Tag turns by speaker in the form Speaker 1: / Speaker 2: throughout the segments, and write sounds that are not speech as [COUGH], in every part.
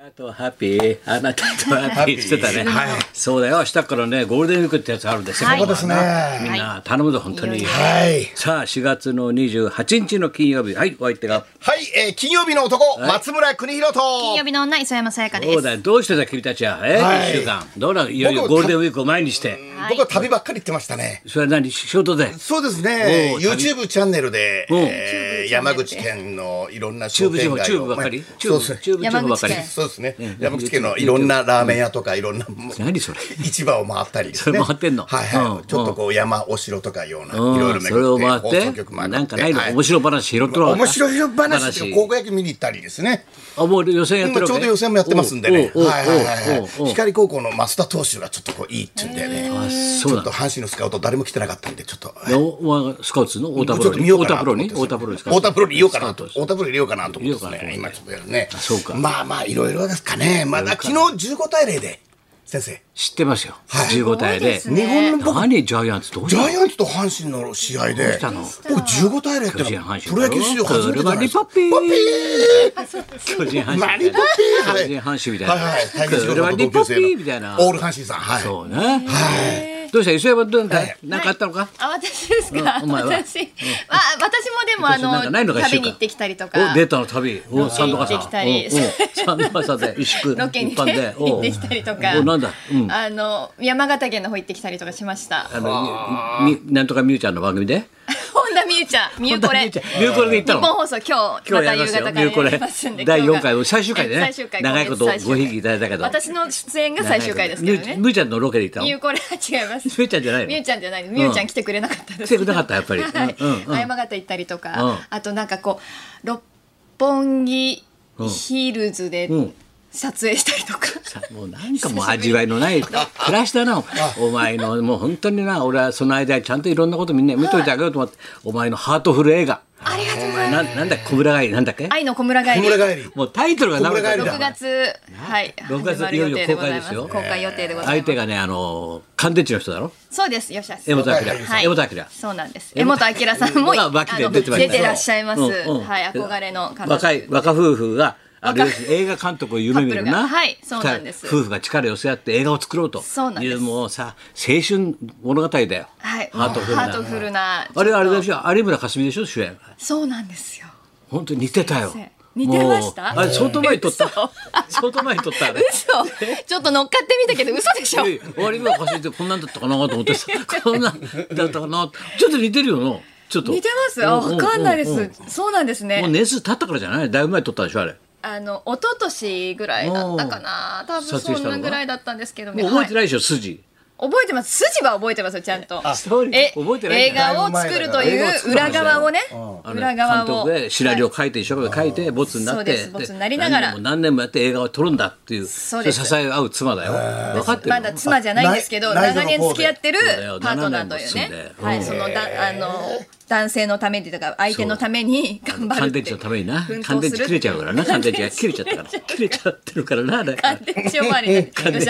Speaker 1: あとハッピー、あなたとハッピーしてたね。そうだよ、明日からね、ゴールデンウィークってやつあるんですよ。
Speaker 2: そうです
Speaker 1: み
Speaker 2: ね。
Speaker 1: んな頼むぞ、本当に。
Speaker 2: はい。
Speaker 1: さあ、4月の28日の金曜日、はい、お相手が。
Speaker 2: はい、えー、金曜日の男、松村邦弘と。
Speaker 3: 金曜日の女磯山さやかで
Speaker 1: そう
Speaker 3: す。
Speaker 1: だよ、どうしてた君たちは、え、
Speaker 2: はい
Speaker 1: 一週間。どうなの、いよいよ
Speaker 2: 僕
Speaker 1: ゴールデンウィークを前にして。
Speaker 2: 僕は旅ばっかり行ってましたね。
Speaker 1: それは何、仕事で。
Speaker 2: そうですね
Speaker 1: お。ー
Speaker 2: YouTube チャンネルで、
Speaker 1: ん
Speaker 2: えー、山口県のいろんな
Speaker 1: チュー
Speaker 2: 商
Speaker 1: ブ地
Speaker 2: 店
Speaker 1: 方、
Speaker 2: 街
Speaker 1: チューブばっかり。チュー
Speaker 2: そう
Speaker 1: ブ、
Speaker 2: です
Speaker 1: チュー
Speaker 2: ね。
Speaker 1: ブ、チューブばっかり。
Speaker 3: 山口
Speaker 2: そうですね。山口県のいろんなラーメン屋とかいろんなもう
Speaker 1: 何それ。
Speaker 2: 市場を回ったりですね。
Speaker 1: それ回ってんの
Speaker 2: はい
Speaker 1: うん
Speaker 2: はい。ちょっとこう山お城とかようないうろいろ
Speaker 1: ん、それを
Speaker 2: 巡
Speaker 1: 回
Speaker 2: っ
Speaker 1: って
Speaker 2: 放
Speaker 1: て
Speaker 2: 送局回って。
Speaker 1: なんかないの、
Speaker 2: はい
Speaker 1: 面白い話拾ってなかった
Speaker 2: 面白い話で高校野球見に行ったりですね。
Speaker 1: あもう予選やってるわけ
Speaker 2: 今ちょうど予選もやってますんでね、
Speaker 1: おうおう
Speaker 2: はいはいはい
Speaker 1: おう
Speaker 2: は
Speaker 1: おうおう
Speaker 2: い、光高校の増田投手がちょっとこういいって言うんだよね、
Speaker 1: そうな
Speaker 2: ちょ
Speaker 1: の
Speaker 2: っと阪神のスカウト、誰も来てなかったんで、ちょっと、
Speaker 1: でおおスカウツの太田
Speaker 2: もう
Speaker 1: プ
Speaker 2: ちょ
Speaker 1: ロ
Speaker 2: っと
Speaker 1: に
Speaker 2: 見ようか
Speaker 1: 太田プ
Speaker 2: なと
Speaker 1: ロ
Speaker 2: 思
Speaker 1: に
Speaker 2: って
Speaker 1: 太田プロにスカウト
Speaker 2: 太田プロにいようかなと、
Speaker 1: スカウ
Speaker 2: 太田プロにいようかなと思ってますね、
Speaker 1: いようかな
Speaker 2: 今ちょっとやるね、
Speaker 1: そうか
Speaker 2: まあまあ、いろいろですかね、まだ昨日15対0で、先生、
Speaker 1: 知ってますよ、
Speaker 2: はい
Speaker 1: 15対で
Speaker 3: ごいですね
Speaker 2: 日本の僕、
Speaker 1: 何ジャイアンツどうし
Speaker 2: ジ
Speaker 1: た
Speaker 2: ャイアンツと阪神の試合で、
Speaker 1: たの
Speaker 2: 僕、15対0って
Speaker 1: 巨人
Speaker 2: のは
Speaker 1: 阪神だろ
Speaker 2: プロ野球史上初めてじゃないですか。
Speaker 1: 車にパピ
Speaker 2: パ
Speaker 1: ー
Speaker 2: ピー
Speaker 1: 巨人阪
Speaker 2: マ
Speaker 1: 神
Speaker 2: リ
Speaker 1: み
Speaker 2: ポピー
Speaker 1: たいな巨人阪神みたいな、
Speaker 2: はいはいはい。
Speaker 1: それはリポピーみたいな
Speaker 2: オール阪神さん。はい。
Speaker 1: そうねはいどうした磯山どうなんかなんかあったのか、
Speaker 3: あ、私ですか。
Speaker 1: うんお前は
Speaker 3: 私、まあ、私もでも、あ
Speaker 1: 私なんかないの
Speaker 3: の、
Speaker 1: か一週
Speaker 3: 旅
Speaker 1: 間
Speaker 3: に行ってきたりとか。
Speaker 1: おデータの旅おサンドカさん
Speaker 3: 行ってきたり
Speaker 1: おおサンドカさん
Speaker 2: [LAUGHS]
Speaker 3: [LAUGHS]
Speaker 1: で一宿
Speaker 3: ロケにね
Speaker 1: 一般でお
Speaker 3: 行ってきたりとか
Speaker 1: おなんだうん
Speaker 3: あの、山形県の方行ってきたりとかしました。
Speaker 1: あのみみなんとかみゆちゃんの番組で
Speaker 3: 本田美優ちゃん、美優これ。日
Speaker 1: ミューコレで行ったの
Speaker 3: 本放送、今日、
Speaker 1: 今
Speaker 3: ま
Speaker 1: 日や
Speaker 3: た
Speaker 1: りま
Speaker 3: 夕
Speaker 1: す
Speaker 3: 方
Speaker 1: よ
Speaker 3: から
Speaker 1: ミューコ
Speaker 3: やり
Speaker 1: レ
Speaker 3: ますんで。
Speaker 1: 第
Speaker 3: 今日
Speaker 1: 4
Speaker 3: が
Speaker 1: 回最終回で
Speaker 3: え
Speaker 1: ね
Speaker 3: 最終回
Speaker 1: 長いこと
Speaker 3: 今月最終
Speaker 1: ご
Speaker 3: 回
Speaker 1: ひいきいただいたけど
Speaker 3: 私の出演が最終回ですか
Speaker 1: ミ
Speaker 3: ら
Speaker 1: ュー
Speaker 3: ね
Speaker 1: ミ。ューちゃんのロケで行ったの
Speaker 3: ミューコレは違います。
Speaker 1: ミューちゃんじゃないの
Speaker 3: ミューちゃんじゃないの。ミューちゃん来てくれなかったで
Speaker 1: 来
Speaker 3: す。
Speaker 1: てくれなかったやっぱり
Speaker 3: はい
Speaker 1: うんうんうん
Speaker 3: 山形行ったりと
Speaker 1: うん
Speaker 3: か、あとなんかこう六本木
Speaker 1: うん
Speaker 3: ヒルズで
Speaker 1: うん
Speaker 3: 撮影したりとか。
Speaker 1: さもうなんかもう味わいの
Speaker 3: [LAUGHS]
Speaker 1: ない暮らしたなお前のもう本当にな俺はその間ちゃんといろんなことみんな見といてあげようと思ってお前のハートフル映画
Speaker 3: ありがとうございま
Speaker 1: な
Speaker 3: す。
Speaker 1: なんだ小村がいいなんだっけ
Speaker 3: 愛の小村帰
Speaker 2: 小
Speaker 3: り。
Speaker 2: 村帰り。
Speaker 1: もうタイトルがなかった
Speaker 2: 小村帰り
Speaker 3: 6
Speaker 2: だ
Speaker 3: 月はい
Speaker 1: 6月
Speaker 3: 始まる予定でございます
Speaker 1: いよいよ公
Speaker 3: 公開予定でござい
Speaker 1: 相
Speaker 3: ます
Speaker 1: 手がねあの乾電池の人だろ
Speaker 3: そうですよしゃ
Speaker 1: 江本明
Speaker 3: はい
Speaker 1: 江本明
Speaker 3: そうなんです江本明さんも
Speaker 1: が
Speaker 3: あ
Speaker 1: 脇で
Speaker 3: の
Speaker 1: 出てました
Speaker 3: 出てらっしゃいます
Speaker 1: う
Speaker 3: は
Speaker 1: んうん
Speaker 3: い憧れの方
Speaker 1: 若い若夫婦があれ
Speaker 3: 若い
Speaker 1: です映画監督を夢見る
Speaker 3: カップル
Speaker 1: な、
Speaker 3: がはいそうなんで
Speaker 1: 二
Speaker 3: す
Speaker 1: 人夫婦が力を寄せ合って映画を作ろうと
Speaker 3: そうなん
Speaker 1: い
Speaker 3: で
Speaker 1: う
Speaker 3: す
Speaker 1: もうさ青春物語だよ、
Speaker 3: はい
Speaker 1: ハートフルな
Speaker 3: ハートフルな
Speaker 1: あれあれで
Speaker 3: ょ
Speaker 1: しょ有村架純でしょ主演
Speaker 3: そうなんですよ
Speaker 1: 本当に似てたよ
Speaker 3: 先生似てました
Speaker 1: もうあれ相当前に撮った
Speaker 3: 嘘
Speaker 1: [LAUGHS] 相当前に撮ったあれ
Speaker 3: 嘘ちょっと乗っかってみたけど嘘でしょ
Speaker 1: いやいや有村架純ってこんなんだったかなと思
Speaker 3: [LAUGHS]
Speaker 1: ってさこんなんだったかなちょっと似てるよなちょっと
Speaker 3: 似てますあ
Speaker 1: うんうんうん
Speaker 3: わかんないですそうなんです
Speaker 1: もう
Speaker 3: ね
Speaker 1: 年数経ったからじゃないだいぶ前に撮ったでしょあれ
Speaker 3: あの一昨年ぐらいだったかな多
Speaker 1: 撮
Speaker 3: 分
Speaker 1: 影した
Speaker 3: そん
Speaker 1: のが
Speaker 3: なぐらいだったんですけどね
Speaker 1: もう覚えて
Speaker 3: は
Speaker 1: ないでしょ筋
Speaker 3: い覚えてます筋は覚えてますよちゃんと
Speaker 1: ストーリー
Speaker 3: え
Speaker 1: 覚えてないん
Speaker 3: 映
Speaker 1: だ
Speaker 3: 画を作ると
Speaker 2: だいぶ前だから映画を
Speaker 3: い
Speaker 2: 作
Speaker 3: う
Speaker 2: る
Speaker 3: 裏側をね
Speaker 1: あの
Speaker 3: 裏側
Speaker 1: 監
Speaker 3: を
Speaker 1: 督でシナリオを
Speaker 3: はい
Speaker 1: 書いて一生懸命書いてボツになっ
Speaker 3: そう
Speaker 1: て
Speaker 3: ですボツになりながら
Speaker 1: 何年も何年もやって映画を撮るんだっていう
Speaker 3: そうです
Speaker 1: れ支え合う妻だよ分かってる
Speaker 3: まだ妻じゃないんですけど
Speaker 2: あ内
Speaker 3: 長年付き合ってる
Speaker 1: そうだよ
Speaker 3: パートナーという
Speaker 1: 七年も住ん
Speaker 3: ね
Speaker 1: で
Speaker 3: は
Speaker 1: うん
Speaker 3: いそのだあの男性のためにとか相手のため [LAUGHS] に頑張る
Speaker 1: 乾
Speaker 3: って
Speaker 1: 電池のためにな
Speaker 3: 奮闘する
Speaker 1: 乾電池切れちゃうから
Speaker 3: [LAUGHS]
Speaker 1: な乾電池が切れちゃったから切れちゃってるからなあれ
Speaker 3: 乾電池終わりの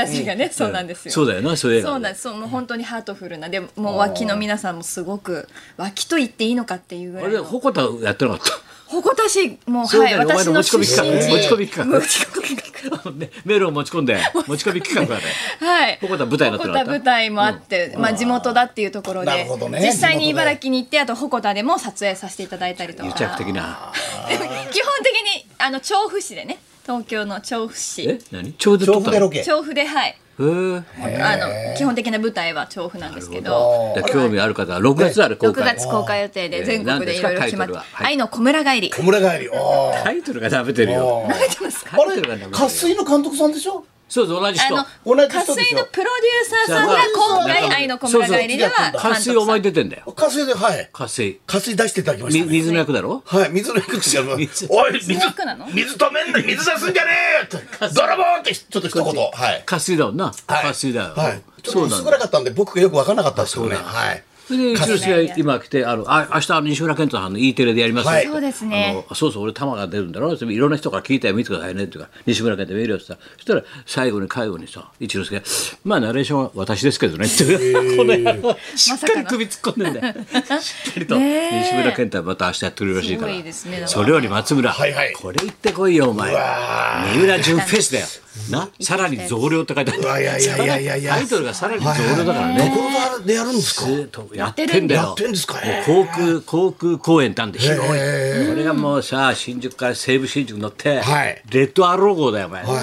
Speaker 3: 吉橋がねそうなんですよ
Speaker 1: そうだよなそういう映画
Speaker 3: そうなんですそうもう本当にハートフルなでももう脇の皆さんもすごく脇と言っていいのかっていうぐ
Speaker 1: あ
Speaker 3: らい
Speaker 1: れ
Speaker 3: の
Speaker 1: ほこたやってなかった
Speaker 3: 誇たしいもう
Speaker 1: そうだ
Speaker 3: は
Speaker 1: よ
Speaker 3: い
Speaker 1: お前
Speaker 3: 私
Speaker 1: の
Speaker 3: の
Speaker 1: 持ち
Speaker 3: 出
Speaker 1: 込
Speaker 3: 身
Speaker 1: み企画持ち込み企画
Speaker 3: 地持ち込み企
Speaker 1: [LAUGHS] ねメールを持ち込んで持ち込み企画だね
Speaker 3: 画はい
Speaker 1: ほこた舞台になって
Speaker 3: 鉾
Speaker 1: なかっ
Speaker 3: 田
Speaker 1: た
Speaker 3: 舞台もあって、まあ、地元だっていうところ
Speaker 2: なる
Speaker 3: で
Speaker 2: ほどね
Speaker 3: 実際
Speaker 2: 地
Speaker 3: に
Speaker 2: 元で
Speaker 3: 茨城に行ってあと鉾田でも撮影させていただいたりとか
Speaker 1: 癒
Speaker 3: 基本
Speaker 1: 着的な
Speaker 3: 的にあの調布市でね東京の調布
Speaker 1: え
Speaker 3: 市
Speaker 1: 何ちょうど撮
Speaker 2: 調
Speaker 1: っ
Speaker 2: 布
Speaker 1: た
Speaker 2: でロ
Speaker 1: の
Speaker 2: ケ。
Speaker 3: 調布ではい
Speaker 1: へえ
Speaker 3: あの基本的な舞台は調布なんです
Speaker 1: な
Speaker 3: け
Speaker 1: る
Speaker 3: ど
Speaker 2: ほ
Speaker 1: だから興味ある方は6月ある公
Speaker 3: 6
Speaker 1: 開
Speaker 3: 月公開予定
Speaker 1: えー
Speaker 3: で全国でいろいろ決まって
Speaker 1: 何ですかタイトルははい
Speaker 3: 愛の小村帰り
Speaker 2: 小村帰り。あ
Speaker 1: タイトルが食べてるよ
Speaker 2: あ。
Speaker 1: タイトルが食べてる
Speaker 2: 渇水の監督さんでしょ。
Speaker 1: そうそう同じ
Speaker 3: あ
Speaker 1: 人
Speaker 3: の
Speaker 2: 同じ人
Speaker 3: 渇
Speaker 2: でし
Speaker 3: 水
Speaker 2: ょ
Speaker 3: のプロデューサーさんが今
Speaker 1: そう
Speaker 3: 回愛の小村帰りでは
Speaker 1: 火水お前出てんだよ
Speaker 2: 渇水ではい。
Speaker 1: 火水
Speaker 2: 渇水出していただきま
Speaker 1: み
Speaker 2: したね。
Speaker 1: 水の役だろ
Speaker 2: はい、水の役者が。おい、
Speaker 1: 水
Speaker 2: 水。
Speaker 3: 監督さんスナックなの
Speaker 2: 水止めんな、水出すんじゃね
Speaker 1: [LAUGHS]
Speaker 2: えって。泥棒って、ちょっと一言。はい。
Speaker 1: 火水だもんな
Speaker 2: はい
Speaker 1: 火水だよ
Speaker 2: はい。ちょ
Speaker 1: そ
Speaker 2: っと
Speaker 1: うなん
Speaker 2: 薄
Speaker 1: だ
Speaker 2: 暗かったんで、僕がよく分からなかったですよね。はい。
Speaker 1: それでうちの試合今来てあのあ明日あの西村健太さんの E テレでやりますよ
Speaker 2: はい
Speaker 3: そうですね
Speaker 1: あのそうそう俺玉が出るんだろうっていろんな人から聞いたよ見てくださいねっていうか西村健太見るよってさそしたら最後に介護にさ一之輔が「まあナレーションは私ですけどね」ってこの野郎しっかり首突っ込んでんだよしっかりと
Speaker 3: ねえ
Speaker 1: 西村健太はまた明日やってくれるらしいか
Speaker 3: すごいですねだから
Speaker 1: そ
Speaker 3: ら
Speaker 1: れより松村
Speaker 2: はいはい
Speaker 1: これ言ってこいよお前
Speaker 2: わ
Speaker 1: 三浦純フェスだよなさらに増量って書いてある
Speaker 2: うわいやいやいやいやいや
Speaker 1: タイトルがさらに増量だからね
Speaker 2: ところがでやるんですか
Speaker 1: ずっとやってんだよ
Speaker 2: やってんですかね
Speaker 1: もう航空航空公園なんで広いこ
Speaker 2: へ
Speaker 1: れがもうさ新宿から西武新宿乗って、
Speaker 2: はい
Speaker 1: レッドアロー号だよお前、も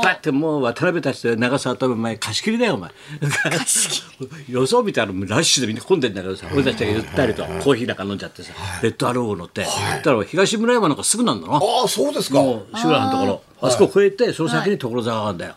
Speaker 1: うだってもう渡辺たちと長澤とお前貸し切りだよお前 [LAUGHS] 予想見たらもうラッシュでみんな混んでんだけどさ俺たちがゆったりとコーヒーなんか飲んじゃってさ、レッドアロー号乗って、そしたら東村山なんかすぐなんだな
Speaker 2: ああそうですか
Speaker 1: もう志村のところあそこを越えてその先に所沢があるんだよ、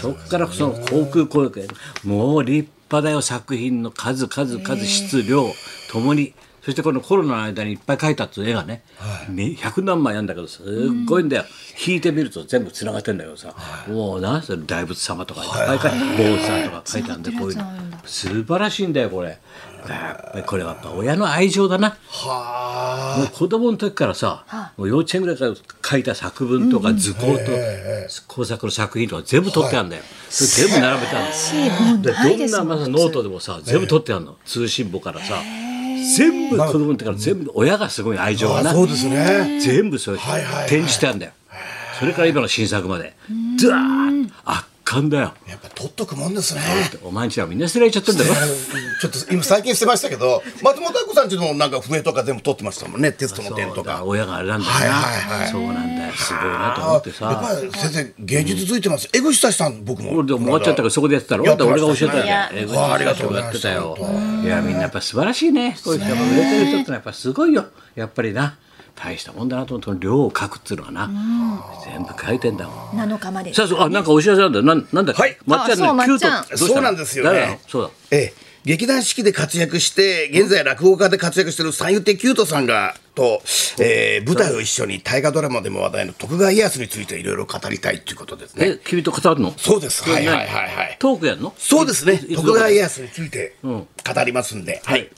Speaker 1: そこからその航空公園もう立派だよ作品の数数数質量ともにそしてこのコロナの間にいっぱい描いたっていう絵がね、ね100何枚あるんだけどすっごいんだよ、引いてみると全部つながってんだけどさ、もうなそれ大仏様とかいっぱい描いて、坊主さんとか描いてあるんでこういうの素晴らしいんだよこれやっぱりこれはやっぱ親の愛情だな
Speaker 2: はあ
Speaker 1: もう子供の時からさ、もう幼稚園ぐらいから書いた作文とか図工と工作の作品とか全部取ってあるんだよ、それ全部並べてあるんだよでどんなまずノートでもさ全部取ってあるの、通信簿からさ全部子供の時から全部親がすごい愛情がな
Speaker 2: あそうですね
Speaker 1: 全部それ
Speaker 2: はいはいはい
Speaker 1: 展示してあるんだよそれから今の新作までダーッ圧巻だよ
Speaker 2: やっぱ取っとくもんですね
Speaker 1: お前んちはみんな捨てられちゃってんだろ
Speaker 2: あのちょっと今最近してました
Speaker 1: [LAUGHS]
Speaker 2: けど松本明子さんちのなんか笛とか全部取ってましたもんねテストの点
Speaker 1: そ
Speaker 2: と
Speaker 1: うだ
Speaker 2: か
Speaker 1: 親があれなんだよな、
Speaker 2: はいはいはい
Speaker 1: そうなんだよすごいなと思
Speaker 2: あ
Speaker 1: って
Speaker 2: ー
Speaker 1: さ
Speaker 2: やっぱり先生芸術ついてます江口久志さん僕も
Speaker 1: 俺でも終わっちゃったからそこでやってたろ
Speaker 2: やってま
Speaker 1: 俺
Speaker 2: した
Speaker 1: が教えたよ
Speaker 2: い
Speaker 3: や
Speaker 1: 英語
Speaker 2: わあありが
Speaker 1: 教
Speaker 2: とうござい
Speaker 1: やっ
Speaker 2: ま
Speaker 1: て
Speaker 2: す
Speaker 1: たよいやみんなやっぱ素晴らしいねこういう人やっぱ売れてる人ってのはやっぱすごいよやっぱりな大したもんだなと思って量を書くっていうのはな全部書いてんだもん
Speaker 3: 7日まで
Speaker 1: さあそうあなんかお知らせなんだよなんなんだっけ
Speaker 2: はい
Speaker 1: まっちゃん
Speaker 3: あそう
Speaker 1: のキュート
Speaker 3: まっち
Speaker 1: どうした
Speaker 2: ん
Speaker 3: ゃ
Speaker 1: の
Speaker 2: そうなんですよね
Speaker 1: 誰なのそうだ
Speaker 2: ええ、劇団四季で活躍して現在落語家で活躍している三遊亭九斗さんがと、えー舞台を一緒に大河ドラマでも話題の徳川家康についていろいろ語りたいということですね
Speaker 1: え君と語るの
Speaker 2: そうですはい
Speaker 1: 何
Speaker 2: はいはいはい
Speaker 1: トークやんの
Speaker 2: そうですね
Speaker 1: いいつ
Speaker 2: 徳川家康について語りますんで、はい、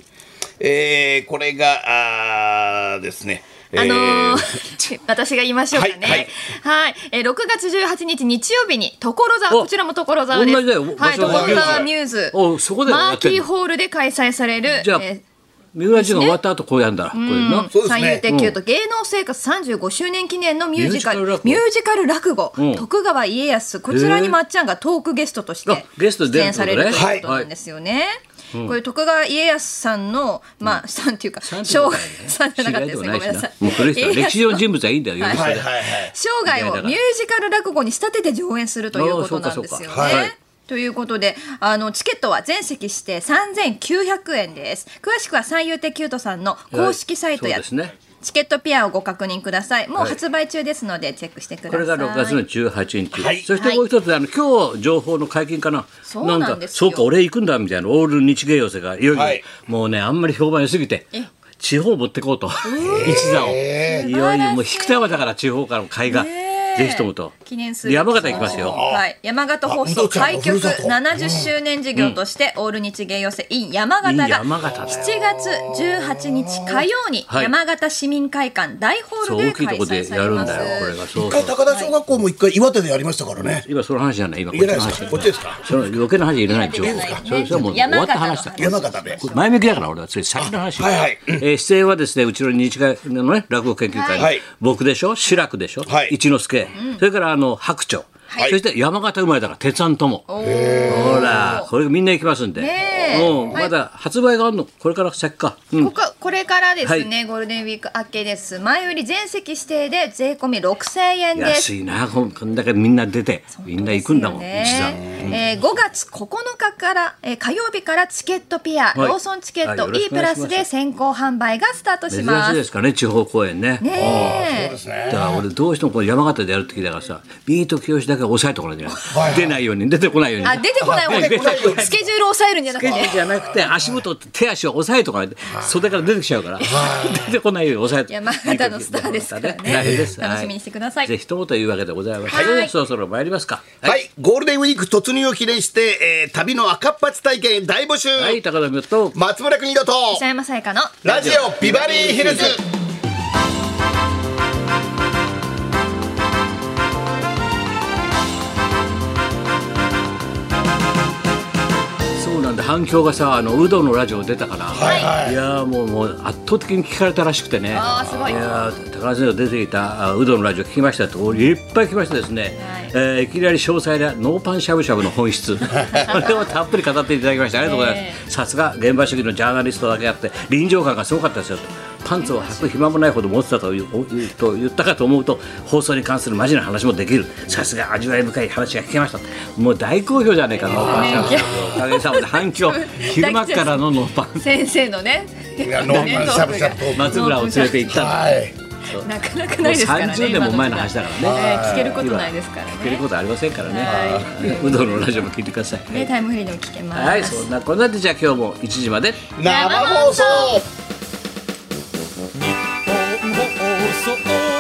Speaker 2: えーこれがあーですね
Speaker 3: あのー [LAUGHS]
Speaker 2: えー
Speaker 3: 私が言いましょうかね。
Speaker 2: はいはい
Speaker 3: はいえー6月18日日曜日に所沢
Speaker 1: お
Speaker 3: こちらも所沢です。
Speaker 1: 同じだよ
Speaker 3: はい
Speaker 1: 場
Speaker 3: 所
Speaker 1: 所は
Speaker 3: 沢ミューズ。
Speaker 1: おそこでや
Speaker 3: マ
Speaker 1: っ
Speaker 3: ー
Speaker 1: て
Speaker 3: キ
Speaker 1: んの
Speaker 3: ーホールで開催される。
Speaker 1: じゃあ
Speaker 3: えー
Speaker 1: 三浦淳が終わった後こうやんだこれな
Speaker 2: そうですね
Speaker 3: 三遊亭球と芸能生活35周年記念のミュージカル
Speaker 1: ミ
Speaker 3: ミ
Speaker 1: ュ
Speaker 3: ュ
Speaker 1: ー
Speaker 3: ージカル落語
Speaker 1: うん
Speaker 3: 徳川家康こちらにまっちゃんがトークゲストとし
Speaker 1: あ
Speaker 3: て
Speaker 1: ゲストで
Speaker 3: 出
Speaker 1: 出るっ
Speaker 3: 演
Speaker 1: てこと
Speaker 3: さ
Speaker 1: ね
Speaker 3: れるということなんですよね。これ徳川家康さんのまあさんっていうか
Speaker 1: なんて
Speaker 3: 生
Speaker 1: こ
Speaker 3: 涯
Speaker 1: とだよね
Speaker 3: [LAUGHS] さんじゃなかったですねごめんなさい。
Speaker 1: もう古い人は
Speaker 3: 家康の
Speaker 1: 歴史上の人物はいいんだよ呼び捨
Speaker 2: は
Speaker 1: て
Speaker 2: い
Speaker 1: で
Speaker 2: はいはい
Speaker 3: 生涯をミュージカル落語に仕立てて上演するということなんですよ
Speaker 1: あ
Speaker 2: あそうかそうかはい
Speaker 3: ね。ということであのチケットは全席指定3900円です詳しくは三遊亭キュートさんの公式サイトや、
Speaker 1: はいそうですね
Speaker 3: チケットピアをご確認くださいもう
Speaker 1: い
Speaker 3: 発売中ですのでチェックしてください
Speaker 1: これが6月の18日、
Speaker 2: はい
Speaker 1: そしてもう一つあの今日情報の解禁かな
Speaker 3: そうなん
Speaker 1: か
Speaker 3: です
Speaker 1: そ
Speaker 3: よ
Speaker 1: うか俺行くんだみたいなオール日芸寄せがいよいよ、
Speaker 2: はい
Speaker 1: もうねあんまり評判良すぎて地方持ってこうと一座をいよいよもう引く手間だから地方からの買いが、
Speaker 3: ねえ
Speaker 1: ぜひともと
Speaker 3: 記念する
Speaker 1: 山形行きますよ
Speaker 3: はい、山形放
Speaker 2: あ
Speaker 3: 送
Speaker 2: お父ちゃん
Speaker 3: 開
Speaker 2: の
Speaker 3: 局
Speaker 2: ふるさと
Speaker 3: 70周年事業として、オール日芸寄せ in 山形
Speaker 1: in
Speaker 3: が
Speaker 1: 山
Speaker 3: 7
Speaker 1: 形だよ
Speaker 3: 月18日火曜に
Speaker 1: はい
Speaker 3: 山形市民会館大ホー
Speaker 1: そ
Speaker 3: ル
Speaker 1: う
Speaker 3: で
Speaker 1: 大きい
Speaker 3: 開
Speaker 1: とこで
Speaker 3: 催さ
Speaker 1: や
Speaker 3: れ
Speaker 1: るん
Speaker 3: ます。
Speaker 1: だよこれがそう
Speaker 2: 一
Speaker 1: そう
Speaker 2: 回高田小学校も一回岩手でやりましたからね
Speaker 1: 今その話じゃない今こっ
Speaker 2: 言え
Speaker 1: ち
Speaker 2: ない
Speaker 1: の
Speaker 2: です
Speaker 1: 話
Speaker 2: かこっちですか
Speaker 1: その余計な話入れないでしょ
Speaker 3: いいですか
Speaker 1: それそれはもう終
Speaker 3: 山
Speaker 1: わっ
Speaker 3: 形
Speaker 1: た
Speaker 3: の
Speaker 1: 話だ
Speaker 3: 話
Speaker 2: 山形で
Speaker 1: これ前向きだから俺はそれ先の話
Speaker 2: はいはい
Speaker 1: えー出演はですねうちの日大のね落語研究会の
Speaker 2: はい
Speaker 1: 僕でしょ志らくでしょ、
Speaker 2: はい
Speaker 1: 一之輔、それからあの白鳥、
Speaker 2: はい
Speaker 1: そして山形生まれだから鉄腕ともほらこれみんな行きますんで、
Speaker 3: ねえ
Speaker 1: もう
Speaker 3: はい
Speaker 1: まだ発売があるのこれから先か、うん
Speaker 3: こここれからですね、ゴールデンウィーク明けです前売り全席指定で税込み6000円です
Speaker 1: 安いなこんこんだけみんな出てみんな行くんだもん、
Speaker 3: ね
Speaker 1: 一座
Speaker 3: えー、5月9日から、えー、火曜日からチケットピア、
Speaker 1: はい
Speaker 3: ローソンチケット、
Speaker 1: はいよろし
Speaker 3: E
Speaker 1: くお
Speaker 3: プ
Speaker 1: 願い
Speaker 3: ラ
Speaker 1: します
Speaker 3: スで先行販売がスタートし
Speaker 1: 珍
Speaker 3: ま
Speaker 1: しい
Speaker 3: す。
Speaker 1: ですからね地方公演ね
Speaker 3: ねえ
Speaker 2: ですね
Speaker 1: だから俺どうしてもこの山形でやる時だからさビート清だけは抑えとこないじゃない、
Speaker 2: いはい
Speaker 1: 出ないように出てこないように
Speaker 3: あ出てこない方がいい
Speaker 1: 出てこない
Speaker 3: スケジュール抑えるんじゃなくて。
Speaker 1: じゃなくて足元手足を押さえとかないと袖から出てきちゃうから [LAUGHS] 出てこないように押さえと
Speaker 3: 山形のスターですからね
Speaker 1: 大変です
Speaker 3: 楽しみにしてください
Speaker 1: はぜひともというわけでございます
Speaker 3: はい
Speaker 1: それではそろそろ参りますか
Speaker 2: はい、ゴールデンウィーク突没入を記念して、えー旅の赤っ恥体験大募集、
Speaker 1: はい、高田美代と、
Speaker 2: 松村邦人と
Speaker 3: 磯山さやかの
Speaker 2: ラジオビバリーヒルズ
Speaker 1: そうなんで反響がさ、あの、ウドのラジオ出たから、、
Speaker 2: はいはい
Speaker 1: やーもう、もう圧倒的に聞かれたらしくてね。
Speaker 3: あーすごい
Speaker 1: いやー高田先生が出ていた、あウドのラジオ聞きましたと、いっぱい来ましたですね。
Speaker 3: はい
Speaker 1: えーいきなり詳細なノーパンしゃぶしゃぶの本質これをたっぷり語っていただきましてありがとうございます、
Speaker 3: え
Speaker 1: さすが現場主義のジャーナリストだけあって臨場感がすごかったですよとパンツを履く暇もないほど持ってたというおいうと言ったかと思うと放送に関するマジな話もできるさすが味わい深い話が聞けましたもう大好評じゃねえかノーパンしゃぶしゃぶおかげさまで反
Speaker 3: [LAUGHS]
Speaker 1: 響昼間からのノーパン
Speaker 3: 先生のね
Speaker 2: いやノ
Speaker 3: [LAUGHS]
Speaker 2: ーパンしゃぶしゃぶトーク
Speaker 1: 松村を連れて行ったの
Speaker 2: はい
Speaker 3: なかなか
Speaker 1: も
Speaker 3: な
Speaker 1: う
Speaker 3: いですからね
Speaker 1: 30年も前の話だからね
Speaker 3: 今の時代ね聞けることないですからね
Speaker 1: 聞けることありませんからね [LAUGHS] うどんのラジオも聞いてください
Speaker 3: ねタイムフリーでも聞けます、
Speaker 1: はい、そんなこんなでじゃあ今日も1時まで
Speaker 2: 生放送
Speaker 4: 放送